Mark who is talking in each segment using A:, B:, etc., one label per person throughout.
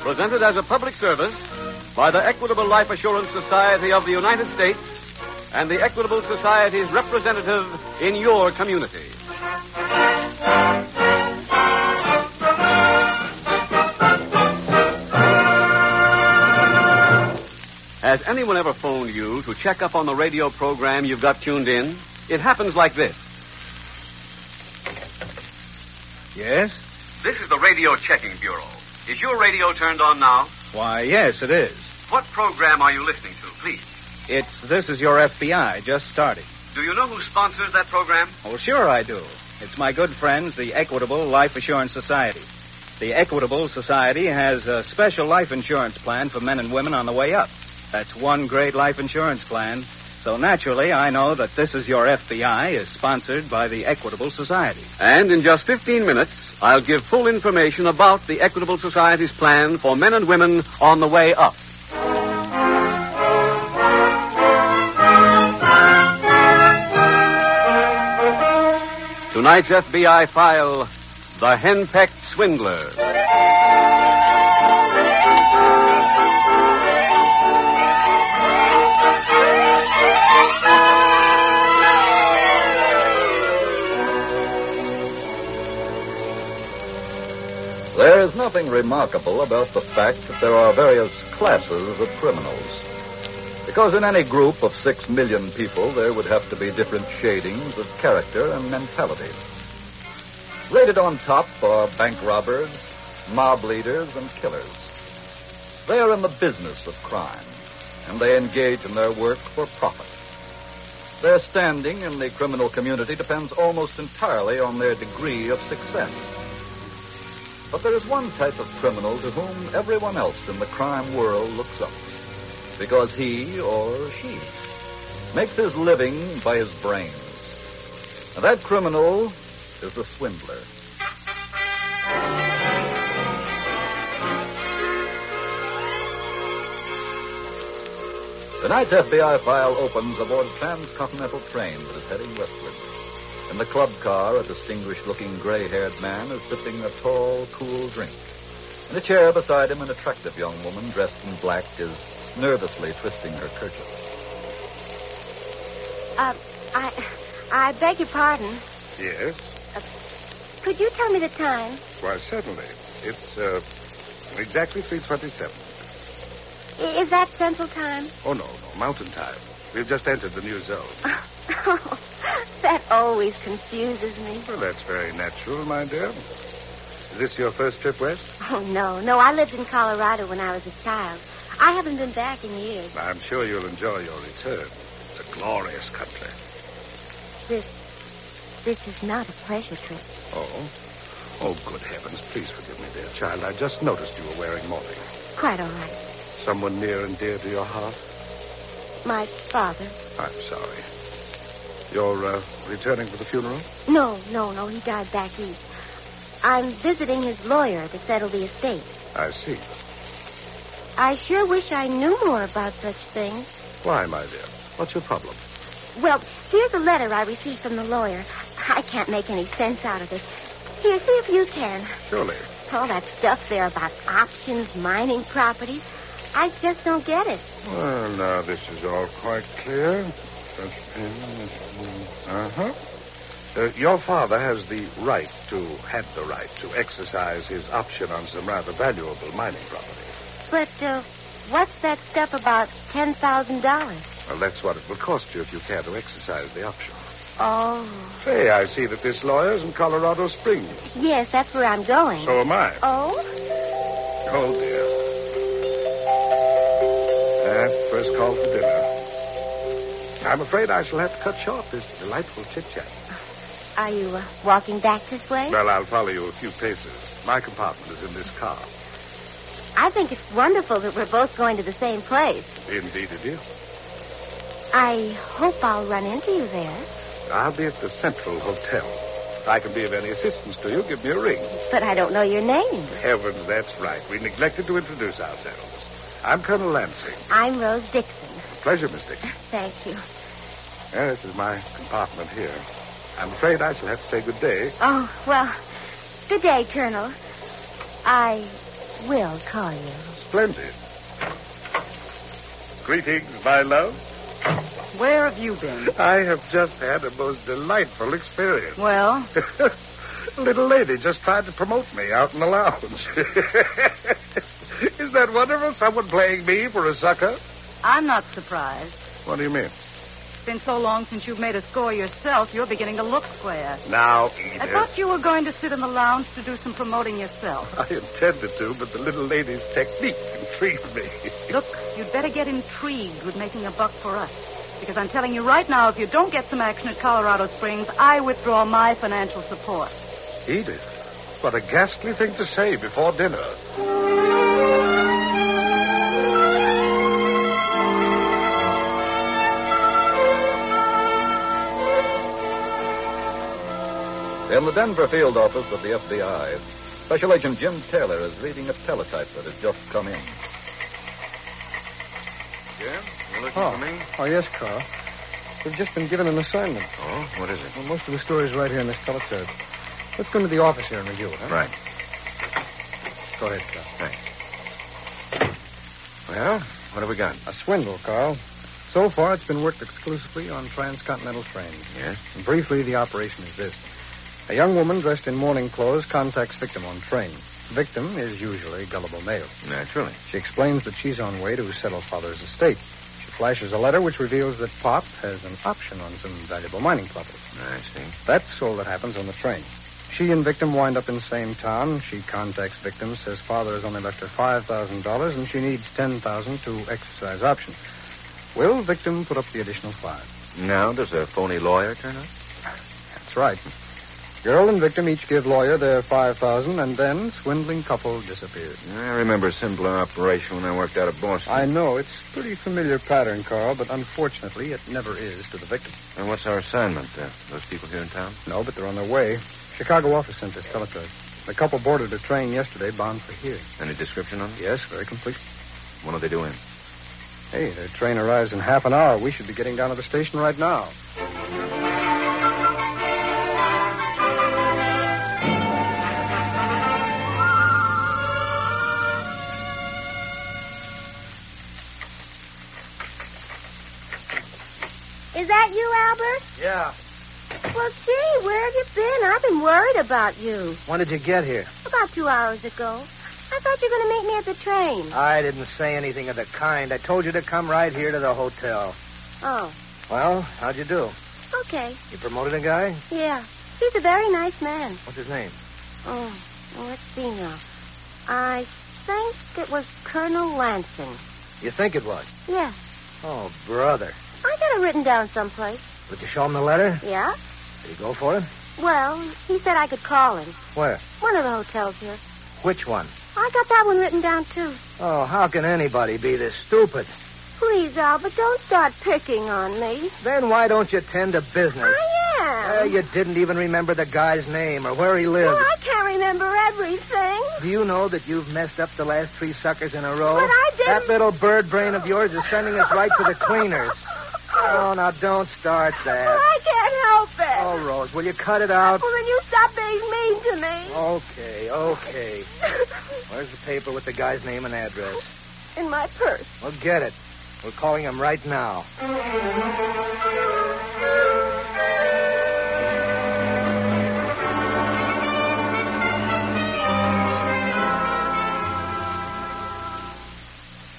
A: Presented as a public service by the Equitable Life Assurance Society of the United States and the Equitable Society's representative in your community. Has anyone ever phoned you to check up on the radio program you've got tuned in? It happens like this.
B: Yes?
A: This is the Radio Checking Bureau. Is your radio turned on now?
B: Why, yes, it is.
A: What program are you listening to, please?
B: It's This Is Your FBI, just starting.
A: Do you know who sponsors that program?
B: Oh, sure I do. It's my good friends, the Equitable Life Assurance Society. The Equitable Society has a special life insurance plan for men and women on the way up. That's one great life insurance plan. So naturally, I know that This Is Your FBI is sponsored by the Equitable Society.
A: And in just 15 minutes, I'll give full information about the Equitable Society's plan for men and women on the way up. Tonight's FBI file The Henpecked Swindler.
C: There's nothing remarkable about the fact that there are various classes of criminals. Because in any group of six million people, there would have to be different shadings of character and mentality. Rated on top are bank robbers, mob leaders, and killers. They are in the business of crime, and they engage in their work for profit. Their standing in the criminal community depends almost entirely on their degree of success. But there is one type of criminal to whom everyone else in the crime world looks up because he or she makes his living by his brains. And that criminal is the swindler. Tonight's FBI file opens aboard a transcontinental train that is heading westward. In the club car, a distinguished looking gray haired man is sipping a tall, cool drink. In a chair beside him, an attractive young woman dressed in black is nervously twisting her kerchief.
D: Uh, I, I beg your pardon.
E: Yes?
D: Could you tell me the time?
E: Why, certainly. It's, uh, exactly 327.
D: I- Is that Central Time?
E: Oh, no, no, mountain time. We've just entered the new zone.
D: Oh, that always confuses me.
E: Well, that's very natural, my dear. Is this your first trip west?
D: Oh, no, no. I lived in Colorado when I was a child. I haven't been back in years.
E: I'm sure you'll enjoy your return. It's a glorious country.
D: This, this is not a pleasure trip.
E: Oh? Oh, good heavens, please forgive me, dear child. I just noticed you were wearing mourning.
D: Quite all right.
E: Someone near and dear to your heart?
D: My father.
E: I'm sorry. You're uh, returning for the funeral?
D: No, no, no. He died back east. I'm visiting his lawyer to settle the estate.
E: I see.
D: I sure wish I knew more about such things.
E: Why, my dear? What's your problem?
D: Well, here's a letter I received from the lawyer. I can't make any sense out of this. Here, see if you can.
E: Surely.
D: All that stuff there about options, mining properties. I just don't get it.
E: Well, now this is all quite clear. Uh-huh. Uh, your father has the right to, had the right to exercise his option on some rather valuable mining property.
D: But, uh, what's that stuff about $10,000?
E: Well, that's what it will cost you if you care to exercise the option.
D: Oh.
E: Say, I see that this lawyer's in Colorado Springs.
D: Yes, that's where I'm going.
E: So am I.
D: Oh?
E: Oh, dear. That Uh, first call for dinner. I'm afraid I shall have to cut short this delightful chit-chat.
D: Are you uh, walking back this way?
E: Well, I'll follow you a few paces. My compartment is in this car.
D: I think it's wonderful that we're both going to the same place.
E: Indeed it is.
D: I hope I'll run into you there.
E: I'll be at the Central Hotel. If I can be of any assistance to you, give me a ring.
D: But I don't know your name.
E: Heavens, that's right. We neglected to introduce ourselves. I'm Colonel Lansing.
D: I'm Rose Dixon.
E: Pleasure, Miss Dixon.
D: Thank you.
E: Yeah, this is my compartment here. I'm afraid I shall have to say good day.
D: Oh, well, good day, Colonel. I will call you.
E: Splendid. Greetings, my love.
F: Where have you been?
E: I have just had a most delightful experience.
F: Well,
E: Little lady just tried to promote me out in the lounge. is that wonderful? Someone playing me for a sucker?
F: I'm not surprised.
E: What do you mean?
F: It's been so long since you've made a score yourself, you're beginning to look square.
E: Now,
F: I
E: Edith.
F: thought you were going to sit in the lounge to do some promoting yourself.
E: I intended to, but the little lady's technique intrigued me.
F: Look, you'd better get intrigued with making a buck for us. Because I'm telling you right now, if you don't get some action at Colorado Springs, I withdraw my financial support.
E: Edith, what a ghastly thing to say before dinner.
C: In the Denver field office of the FBI, Special Agent Jim Taylor is reading a teletype that has just come in.
A: Jim, you looking
G: Oh. oh, yes, Carl. We've just been given an assignment.
A: Oh, what is it?
G: Well, most of the story's right here in this teletype. Let's go into the office here and review it, huh?
A: Right.
G: Go ahead, Carl.
A: Well, what have we got?
G: A swindle, Carl. So far, it's been worked exclusively on transcontinental trains.
A: Yes?
G: And briefly, the operation is this. A young woman dressed in mourning clothes contacts victim on train. Victim is usually gullible male.
A: Naturally.
G: She explains that she's on way to settle father's estate. She flashes a letter which reveals that Pop has an option on some valuable mining property.
A: I see.
G: That's all that happens on the train. She and victim wind up in the same town. She contacts victim, says father has only left her five thousand dollars, and she needs ten thousand to exercise option. Will victim put up the additional five?
A: Now, does a phony lawyer turn up?
G: That's right. Girl and victim each give lawyer their five thousand, and then swindling couple disappears.
A: I remember a similar operation when I worked out of Boston.
G: I know it's pretty familiar pattern, Carl, but unfortunately it never is to the victim.
A: And what's our assignment, uh, those people here in town?
G: No, but they're on their way. Chicago office sent this telegraph. The couple boarded a train yesterday bound for here.
A: Any description on them?
G: Yes, very complete.
A: What are they doing?
G: Hey, the train arrives in half an hour. We should be getting down to the station right now.
D: Is that you, Albert?
G: Yeah.
D: Well, gee, where have you been? I've been worried about you.
G: When did you get here?
D: About two hours ago. I thought you were going to meet me at the train.
G: I didn't say anything of the kind. I told you to come right here to the hotel.
D: Oh,
G: Well, how'd you do?
D: okay.
G: You promoted a guy?
D: Yeah. He's a very nice man.
G: What's his name?
D: Oh, well, let's see now. I think it was Colonel Lansing.
G: You think it was?
D: Yeah.
G: Oh, brother.
D: I got it written down someplace.
G: Did you show him the letter?
D: Yeah?
G: Did he go for it?
D: Well, he said I could call him.
G: Where?
D: One of the hotels here.
G: Which one?
D: I got that one written down, too.
G: Oh, how can anybody be this stupid?
D: Please, Albert, don't start picking on me.
G: Then why don't you tend to business?
D: I am.
G: Uh, you didn't even remember the guy's name or where he
D: Well,
G: lives.
D: I can't remember everything.
G: Do you know that you've messed up the last three suckers in a row?
D: But I didn't-
G: That little bird brain of yours is sending us right to the cleaners. Oh, now don't start
D: Well,
G: that.
D: I can't help
G: Oh,
D: it.
G: Rose, will you cut it out?
D: Well, then you stop being mean to me.
G: Okay, okay. Where's the paper with the guy's name and address?
D: In my purse.
G: Well, get it. We're calling him right now.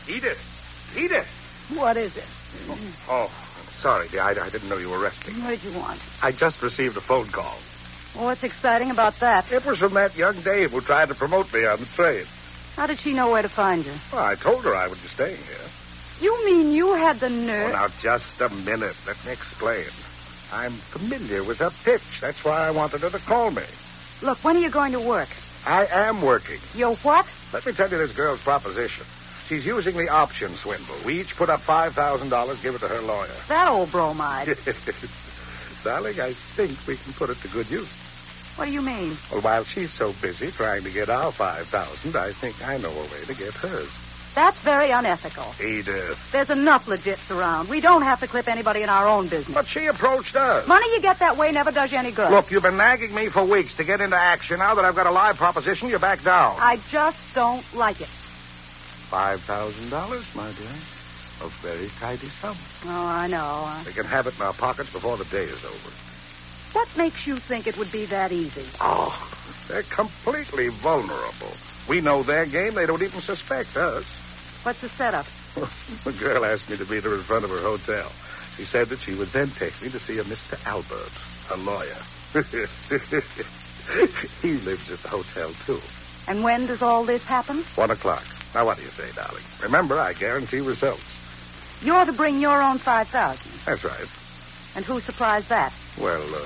E: Edith! Edith!
F: What is it?
E: Oh, I'm sorry, dear. I, I didn't know you were resting.
F: What did you want?
E: I just received a phone call.
F: Well, what's exciting about that?
E: It was from that young dame who tried to promote me on the train.
F: How did she know where to find you?
E: Well, I told her I would be staying here.
F: You mean you had the nerve?
E: Oh, now, just a minute. Let me explain. I'm familiar with her pitch. That's why I wanted her to call me.
F: Look, when are you going to work?
E: I am working.
F: You're what?
E: Let me tell you this girl's proposition. She's using the option swindle. We each put up $5,000, give it to her lawyer.
F: That old bromide.
E: Darling, I think we can put it to good use.
F: What do you mean?
E: Well, while she's so busy trying to get our 5000 I think I know a way to get hers.
F: That's very unethical.
E: Edith.
F: There's enough legits around. We don't have to clip anybody in our own business.
E: But she approached us.
F: Money you get that way never does you any good.
E: Look, you've been nagging me for weeks to get into action. Now that I've got a live proposition, you back down.
F: I just don't like it.
E: $5,000, my dear. A very tidy sum.
F: Oh, I know.
E: We can have it in our pockets before the day is over.
F: What makes you think it would be that easy?
E: Oh, they're completely vulnerable. We know their game. They don't even suspect us.
F: What's the setup?
E: the girl asked me to meet her in front of her hotel. She said that she would then take me to see a Mr. Albert, a lawyer. he lives at the hotel, too.
F: And when does all this happen?
E: One o'clock. Now, what do you say, darling? Remember, I guarantee results.
F: You're to bring your own 5000
E: That's right.
F: And who supplies that?
E: Well, uh,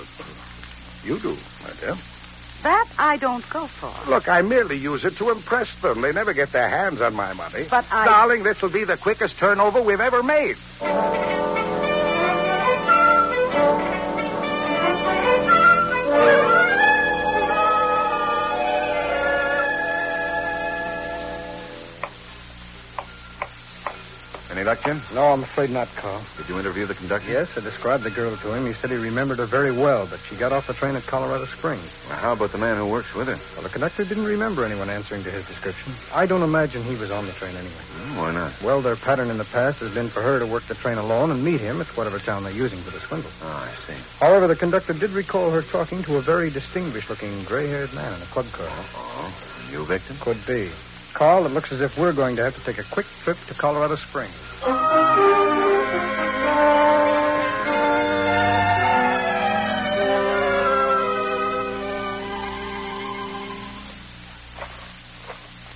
E: you do, my dear.
F: That I don't go for.
E: Look, I merely use it to impress them. They never get their hands on my money.
F: But I-
E: Darling, this will be the quickest turnover we've ever made.
C: Any luck, Jim?
G: No, I'm afraid not, Carl.
C: Did you interview the conductor?
G: Yes, I described the girl to him. He said he remembered her very well, but she got off the train at Colorado Springs.
C: Well, how about the man who works with her?
G: Well, the conductor didn't remember anyone answering to his description. I don't imagine he was on the train anyway.
C: Hmm, why not?
G: Well, their pattern in the past has been for her to work the train alone and meet him at whatever town they're using for the swindle.
C: Oh, I see.
G: However, the conductor did recall her talking to a very distinguished-looking gray-haired man in a club car.
C: Oh, new victim?
G: Could be. Carl, it looks as if we're going to have to take a quick trip to Colorado Springs.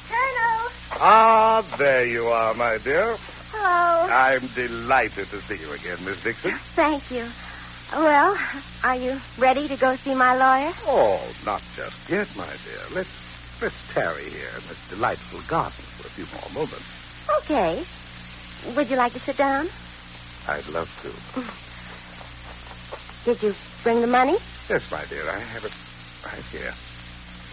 D: Colonel!
E: Ah, there you are, my dear.
D: Hello.
E: I'm delighted to see you again, Miss Dixon.
D: Thank you. Well, are you ready to go see my lawyer?
E: Oh, not just yet, my dear. Let's let's tarry here in this delightful garden for a few more moments.
D: Okay. Would you like to sit down?
E: I'd love to.
D: Did you bring the money?
E: Yes, my dear, I have it right here.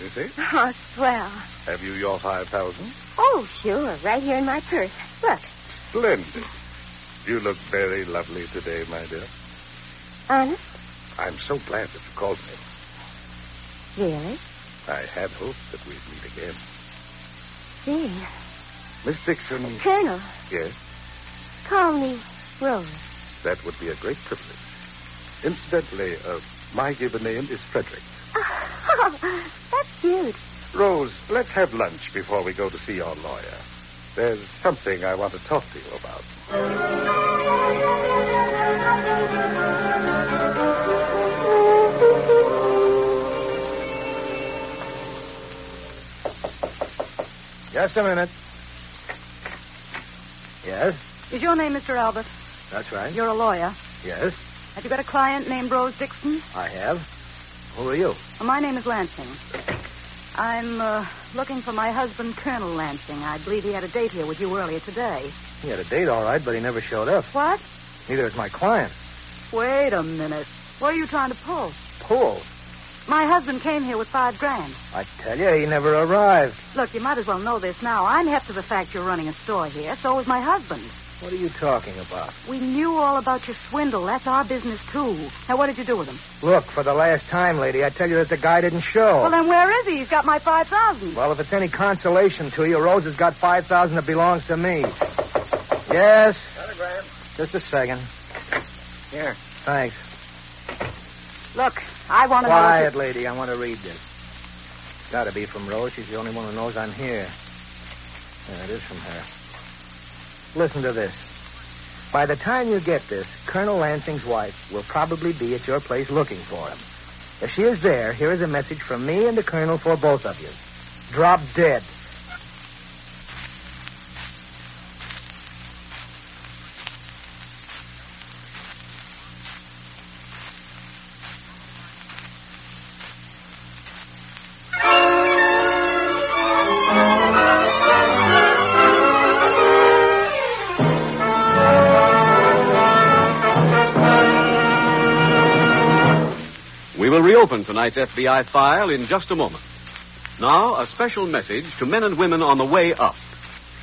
E: You see?
D: Oh, swell.
E: Have you your five thousand?
D: Oh, sure, right here in my purse. Look,
E: Splendid. You look very lovely today, my dear.
D: honest?
E: I'm so glad that you called me.
D: Really?
E: I had hoped that we'd meet again.
D: Gee.
E: Miss Dixon,
D: Colonel,
E: yes,
D: call me Rose.
E: that would be a great privilege. Incidentally, uh, my given name is Frederick.
D: Oh, that's cute.
E: Rose, let's have lunch before we go to see your lawyer. There's something I want to talk to you about.
G: Just a minute. Yes,
F: Is your name Mr. Albert?
G: that's right.
F: You're a lawyer.
G: Yes,
F: Have you got a client named Rose Dixon?
G: I have. Who are you?
F: Well, my name is Lansing. I'm uh, looking for my husband, Colonel Lansing. I believe he had a date here with you earlier today.
G: He had a date, all right, but he never showed up.
F: What?
G: Neither is my client.
F: Wait a minute. What are you trying to pull?
G: Pool.
F: My husband came here with five grand.
G: I tell you, he never arrived.
F: Look, you might as well know this now. I'm hep to the fact you're running a store here. So is my husband.
G: What are you talking about?
F: We knew all about your swindle. That's our business, too. Now, what did you do with him?
G: Look, for the last time, lady, I tell you that the guy didn't show.
F: Well, then where is he? He's got my 5000
G: Well, if it's any consolation to you, Rose has got 5000 that belongs to me. Yes?
E: Telegram.
G: Just a second.
E: Here.
G: Thanks.
F: Look, I want to know...
G: Quiet,
F: if you-
G: lady. I want to read this. It's got to be from Rose. She's the only one who knows I'm here. Yeah, it is from her. Listen to this. By the time you get this, Colonel Lansing's wife will probably be at your place looking for him. If she is there, here is a message from me and the Colonel for both of you. Drop dead.
D: Hello.
A: will reopen tonight's FBI file in just a moment. Now, a special message to men and women on the way up.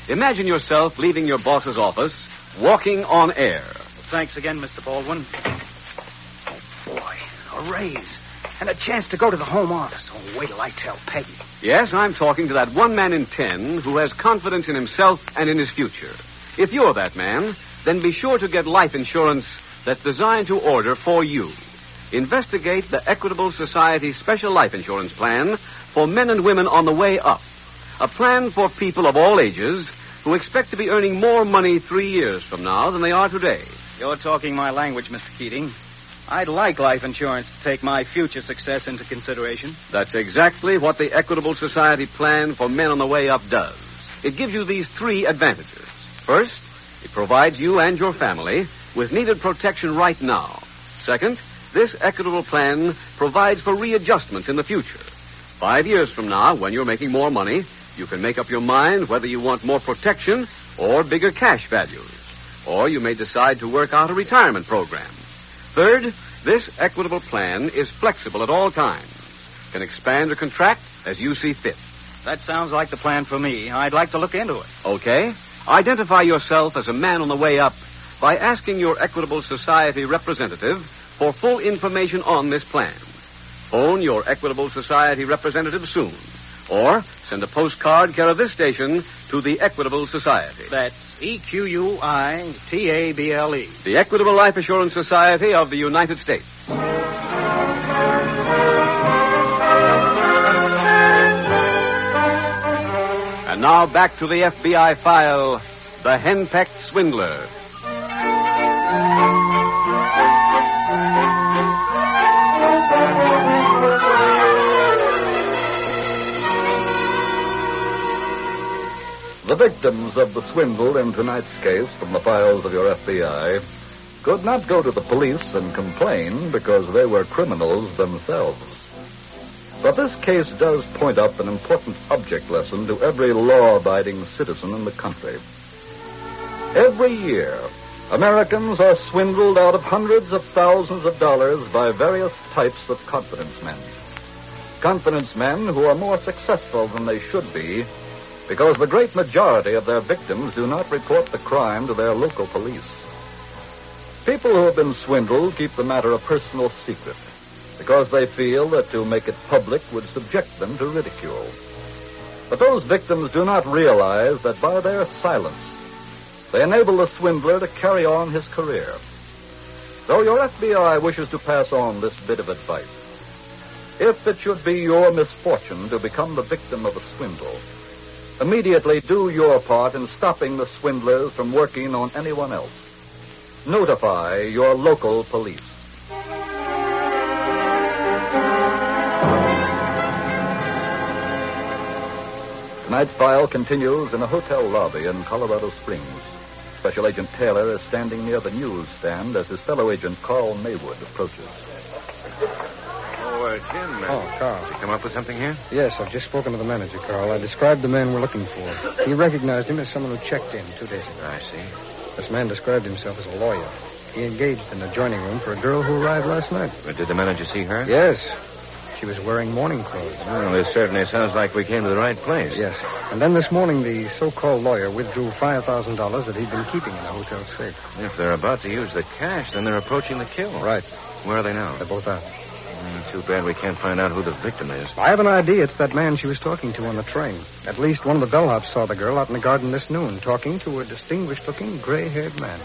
A: Imagine yourself leaving your boss's office, walking on air.
B: Thanks again, Mr. Baldwin. Boy, a raise and a chance to go to the home office. Oh, wait till I tell Peggy.
A: Yes, I'm talking to that one man in ten who has confidence in himself and in his future. If you're that man, then be sure to get life insurance that's designed to order for you. Investigate the Equitable Society Special Life Insurance Plan for men and women on the way up. A plan for people of all ages who expect to be earning more money three years from now than they are today.
B: You're talking my language, Mr. Keating. I'd like life insurance to take my future success into consideration.
A: That's exactly what the Equitable Society plan for men on the way up does. It gives you these three advantages. First, it provides you and your family with needed protection right now. Second, this equitable plan provides for readjustments in the future. Five years from now, when you're making more money, you can make up your mind whether you want more protection or bigger cash values. Or you may decide to work out a retirement program. Third, this equitable plan is flexible at all times, can expand or contract as you see fit.
B: That sounds like the plan for me. I'd like to look into it.
A: Okay? Identify yourself as a man on the way up by asking your Equitable Society representative for full information on this plan. Phone your Equitable Society representative soon, or send a postcard care of this station to the Equitable Society.
B: That's E Q U I T A B L E.
A: The Equitable Life Assurance Society of the United States. And now back to the FBI file The Henpecked Swindler.
C: The victims of the swindle in tonight's case from the files of your FBI could not go to the police and complain because they were criminals themselves. But this case does point up an important object lesson to every law abiding citizen in the country. Every year, Americans are swindled out of hundreds of thousands of dollars by various types of confidence men. Confidence men who are more successful than they should be because the great majority of their victims do not report the crime to their local police. People who have been swindled keep the matter a personal secret because they feel that to make it public would subject them to ridicule. But those victims do not realize that by their silence, they enable the swindler to carry on his career. So your FBI wishes to pass on this bit of advice. If it should be your misfortune to become the victim of a swindle, immediately do your part in stopping the swindlers from working on anyone else. Notify your local police. Tonight's file continues in a hotel lobby in Colorado Springs. Special Agent Taylor is standing near the newsstand as his fellow agent Carl Maywood approaches.
E: Oh, uh, Jim. uh,
G: Oh, Carl.
E: You come up with something here?
G: Yes, I've just spoken to the manager, Carl. I described the man we're looking for. He recognized him as someone who checked in two days ago.
E: I see.
G: This man described himself as a lawyer. He engaged in the joining room for a girl who arrived last night.
E: But did the manager see her?
G: Yes. She was wearing morning clothes.
E: Well, it certainly sounds like we came to the right place.
G: Yes. And then this morning, the so-called lawyer withdrew $5,000 that he'd been keeping in the hotel safe.
E: If they're about to use the cash, then they're approaching the kill.
G: Right.
E: Where are they now?
G: They're both out.
E: Mm, too bad we can't find out who the victim is.
G: I have an idea. It's that man she was talking to on the train. At least one of the bellhops saw the girl out in the garden this noon talking to a distinguished-looking gray-haired man.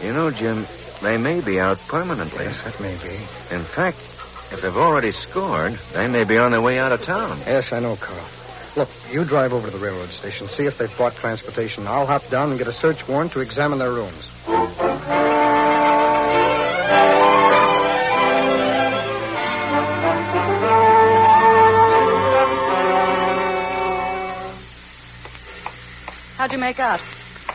E: You know, Jim, they may be out permanently.
G: Yes, that may be.
E: In fact, if they've already scored, they may be on their way out of town.
G: Yes, I know, Carl. Look, you drive over to the railroad station, see if they've bought transportation. I'll hop down and get a search warrant to examine their rooms.
F: How'd you make out?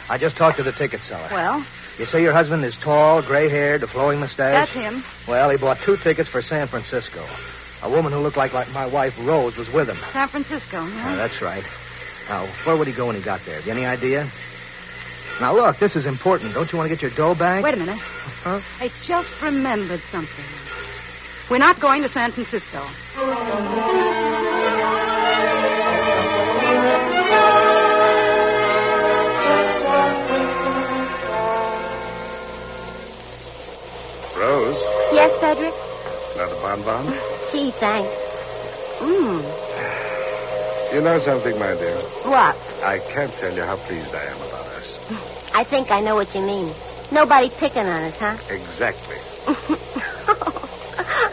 H: I just talked to the ticket seller.
F: Well,
H: You say your husband is tall, gray haired, a flowing mustache?
F: that's him.
H: Well, he bought two tickets for San Francisco. A woman who looked like, like my wife, Rose, was with him.
F: San Francisco. huh?
H: Ah, that's right. Now, where would he go when he got there? Have you any idea? Now, look, this is important. Don't you want to get your dough back?
F: Wait a minute.
H: Huh?
F: I just remembered something. We're not going to San Francisco.
E: Rose,
D: Yes, Frederick?
E: another bonbon?
D: Gee, thanks. Hmm,
F: Mmm.
E: You know something, my dear?
D: What?
E: I can't tell you how pleased I am about us.
D: I think I know what you mean. Nobody picking on us, huh?
E: Exactly.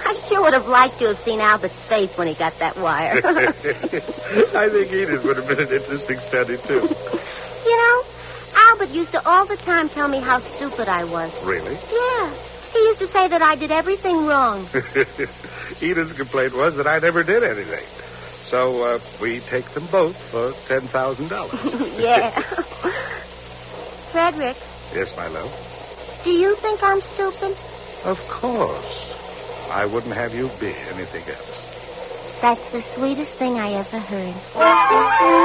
D: I sure would have liked to have seen Albert's face when he got that wire.
E: I think Edith would have been an interesting study, too.
D: you know, Albert used to all the time tell me how stupid I was.
E: Really?
D: Yeah. He used to say that I did everything wrong.
E: Edith's complaint was that I never did anything. So uh, we take them both for ten thousand dollars.
D: yeah. Frederick,
E: Yes, my love.
D: do you think I'm stupid?
E: Of course. I wouldn't have you be anything else.
D: That's the sweetest thing I ever heard.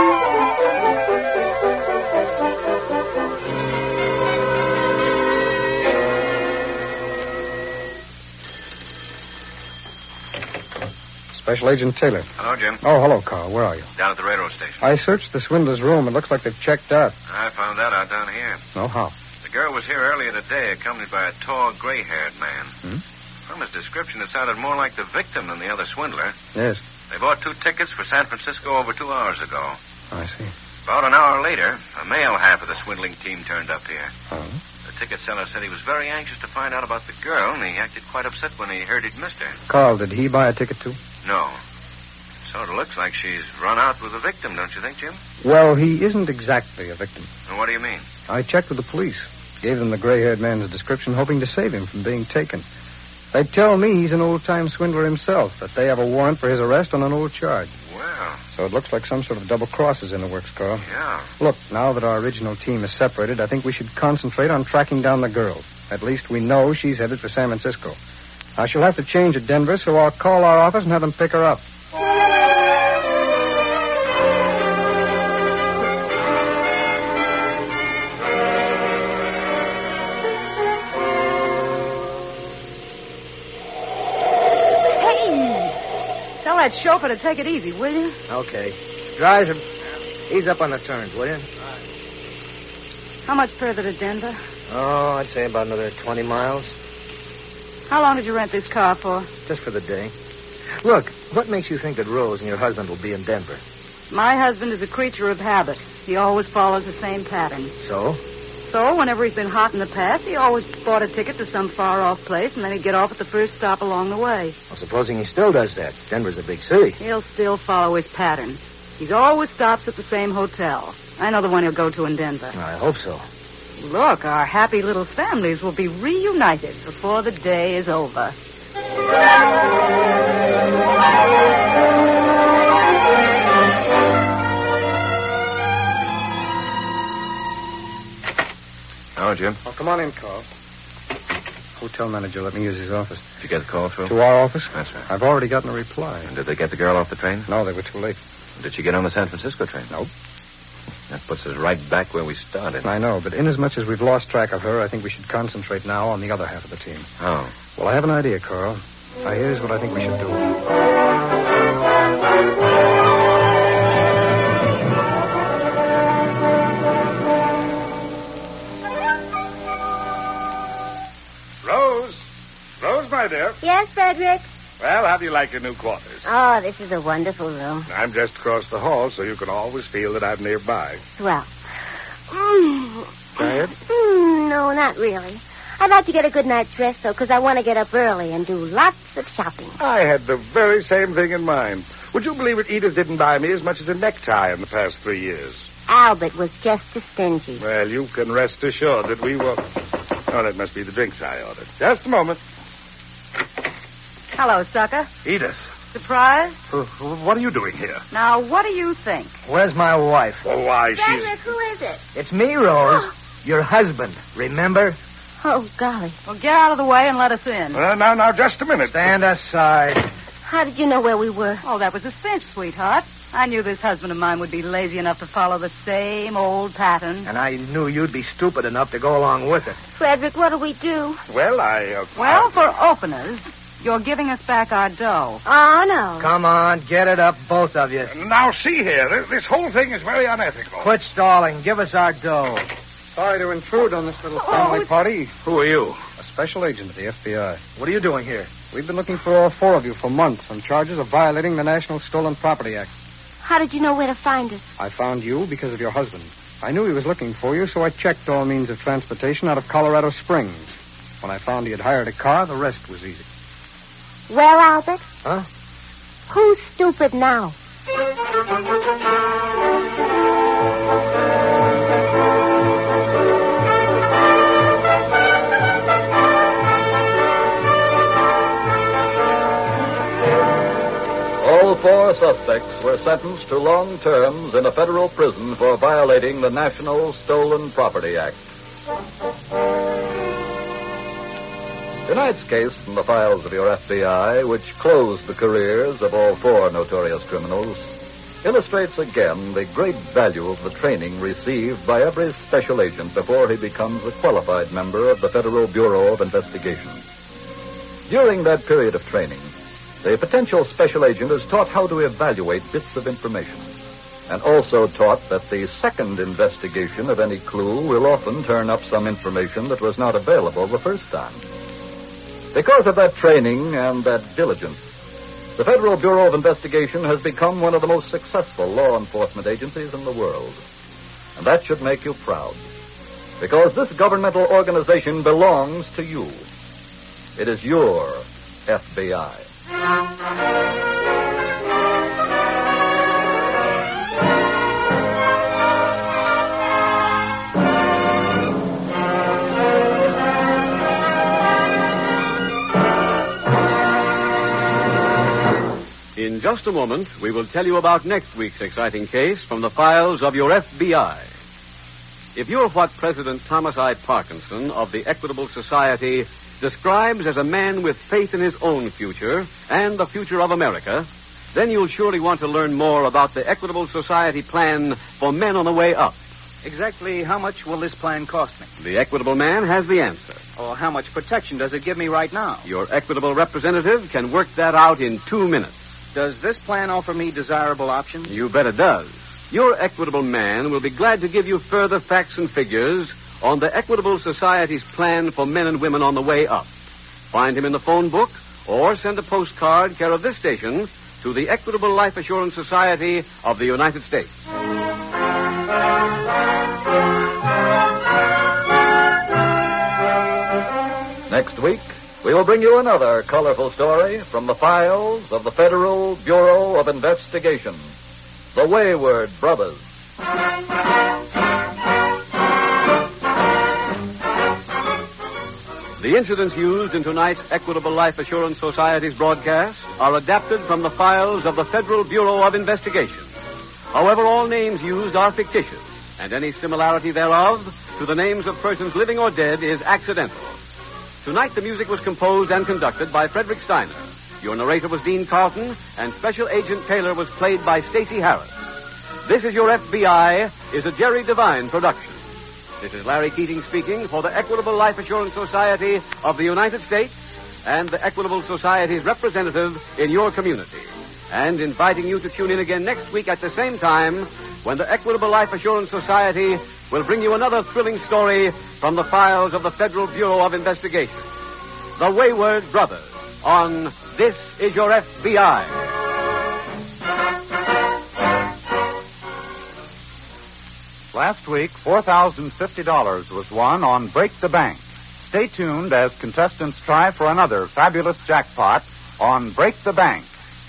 G: Special Agent Taylor.
A: Hello, Jim.
G: Oh, hello, Carl. Where are you?
A: Down at the railroad station.
G: I searched the swindler's room. It looks like they've checked out.
A: I found that out down here.
G: No, how?
A: The girl was here earlier today, accompanied by a tall, gray-haired man.
G: Hmm?
A: From his description, it sounded more like the victim than the other swindler.
G: Yes,
A: They bought two tickets for San Francisco over two hours ago.
G: I see.
A: About an hour later, a male half of the swindling team turned up here.
G: Oh.
A: The ticket seller said he was very anxious to find out about the girl, and he acted quite upset when he heard he'd missed her.
G: Carl, did he buy a ticket too?
A: No. Sort of looks like she's run out with the victim, don't you think, Jim?
G: Well, he isn't exactly a victim.
A: And what do you mean?
G: I checked with the police, gave them the gray haired man's description, hoping to save him from being taken. They tell me he's an old time swindler himself, that they have a warrant for his arrest on an old charge.
A: Well,
G: So it looks like some sort of double cross is in the works, Carl.
A: yeah.
G: Look, now that our original team is separated, I think we should concentrate on tracking down the girl. At least we know she's headed for San Francisco. Now, she'll have to change at Denver, so I'll call our office and have them pick her up.
F: Hey! Tell that chauffeur to take it easy, will you?
H: Okay. Drive him. He's up on the turns, will you?
F: How much further to Denver?
H: Oh, I'd say about another 20 miles,
F: How long did you rent this car for?
H: just for the day. Look, what makes you think that Rose and your husband will be in Denver?
F: My husband is a creature of habit. He always follows the same pattern.
H: So?
F: So, whenever he's been hot in the past, he always bought a ticket to some far off place and then he'd get off at the first stop along the way.
H: Well, supposing he still does that. Denver's a big city.
F: He'll still follow his pattern. He always stops at the same hotel. I know the one he'll go to in Denver.
H: I hope so.
F: Look, our happy little families will be reunited before the day is over.
A: Hello, Jim.
G: Oh, come on in, Carl. Hotel manager let me use his office.
A: Did you get the call, Phil?
G: To our office?
A: That's right.
G: I've already gotten a reply.
A: And did they get the girl off the train?
G: No, they were too late.
A: Did she get on the San Francisco train?
G: Nope.
A: That puts us right back where we started.
G: I know, but inasmuch as we've lost track of her, I think we should concentrate now on the other half of the team.
A: Oh.
G: Well, I have an idea, Carl. Now, here's what I think we should do.
E: Rose, Rose, my dear.
D: Yes, Frederick?
E: Well, how do you like your new quarters?
D: Oh, this is a wonderful room.
E: I'm just across the hall, so you can always feel that I'm nearby.
D: Swell. Mm.
E: Tired?
D: Mm, no, not really. I'd like to get a good night's rest, though, because I want to get up early and do lots of shopping.
E: I had the very same thing in mind. Would you believe it? Edith didn't buy me as much as a necktie in the past three years.
D: Albert was just as stingy.
E: Well, you can rest assured that we will. Oh, that must be the drinks I ordered. Just a moment.
F: Hello, sucker.
E: Edith,
F: Surprised?
E: uh, what are you doing here?
F: Now, what do you think?
H: Where's my wife?
E: Oh, why, she's.
D: Frederick, who is it?
H: It's me, Rose. Your husband, remember?
D: Oh, golly.
F: Well, get out of the way and let us in.
E: Well, Uh, now, now, just a minute.
H: Stand aside.
D: How did you know where we were?
F: Oh, that was a cinch, sweetheart. I knew this husband of mine would be lazy enough to follow the same old pattern.
H: And I knew you'd be stupid enough to go along with it.
D: Frederick, what do we do?
E: Well, I. Uh,
F: Well, for openers, You're giving us back our dough.
D: Oh, no.
H: Come on, get it up, both of you.
E: Now, see here. This, this whole thing is very unethical.
H: Quit stalling. Give us our dough.
G: Sorry to intrude on this little family party.
E: Who are you?
G: A special agent of the FBI.
H: What are you doing here?
G: We've been looking for all four of you for months on charges of violating the National Stolen Property Act.
D: How did you know where to find us?
G: I found you because of your husband. I knew he was looking for you, so I checked all means of transportation out of Colorado Springs. When I found he had hired a car, the rest was easy.
D: Well, Albert?
H: Huh?
D: Who's stupid now?
C: All four suspects were sentenced to long terms in a federal prison for violating the National Stolen Property Act. Tonight's case from the files of your FBI, which closed the careers of all four notorious criminals, illustrates again the great value of the training received by every special agent before he becomes a qualified member of the Federal Bureau of Investigation. During that period of training, the potential special agent is taught how to evaluate bits of information and also taught that the second investigation of any clue will often turn up some information that was not available the first time. Because of that training and that diligence, the Federal Bureau of Investigation has become one of the most successful law enforcement agencies in the world. And that should make you proud. Because this governmental organization belongs to you. It is your FBI.
A: In just a moment, we will tell you about next week's exciting case from the files of your FBI. If you're what President Thomas I. Parkinson of the Equitable Society describes as a man with faith in his own future and the future of America, then you'll surely want to learn more about the Equitable Society plan for men on the way up.
B: Exactly how much will this plan cost me?
A: The Equitable Man has the answer.
B: Or how much protection does it give me right now?
A: Your Equitable representative can work that out in two minutes.
B: Does this plan offer me desirable options?
A: You bet it does. Your Equitable Man will be glad to give you further facts and figures on the Equitable Society's plan for men and women on the way up. Find him in the phone book or send a postcard care of this station to the Equitable Life Assurance Society of the United States.
C: Next week, we will bring you another colorful story from the files of the Federal Bureau of Investigation The Wayward Brothers.
A: The incidents used in tonight's Equitable Life Assurance Society's broadcast are adapted from the files of the Federal Bureau of Investigation. However, all names used are fictitious, and any similarity thereof to the names of persons living or dead is accidental. Tonight, the music was composed and conducted by Frederick Steiner. Your narrator was Dean Carlton, and Special Agent Taylor was played by Stacey Harris. This is Your FBI is a Jerry Devine production. This is Larry Keating speaking for the Equitable Life Assurance Society of the United States and the Equitable Society's representative in your community. And inviting you to tune in again next week at the same time when the Equitable Life Assurance Society will bring you another thrilling story from the files of the Federal Bureau of Investigation. The Wayward Brothers on This Is Your FBI.
I: Last week, $4,050 was won on Break the Bank. Stay tuned as contestants try for another fabulous jackpot on Break the Bank.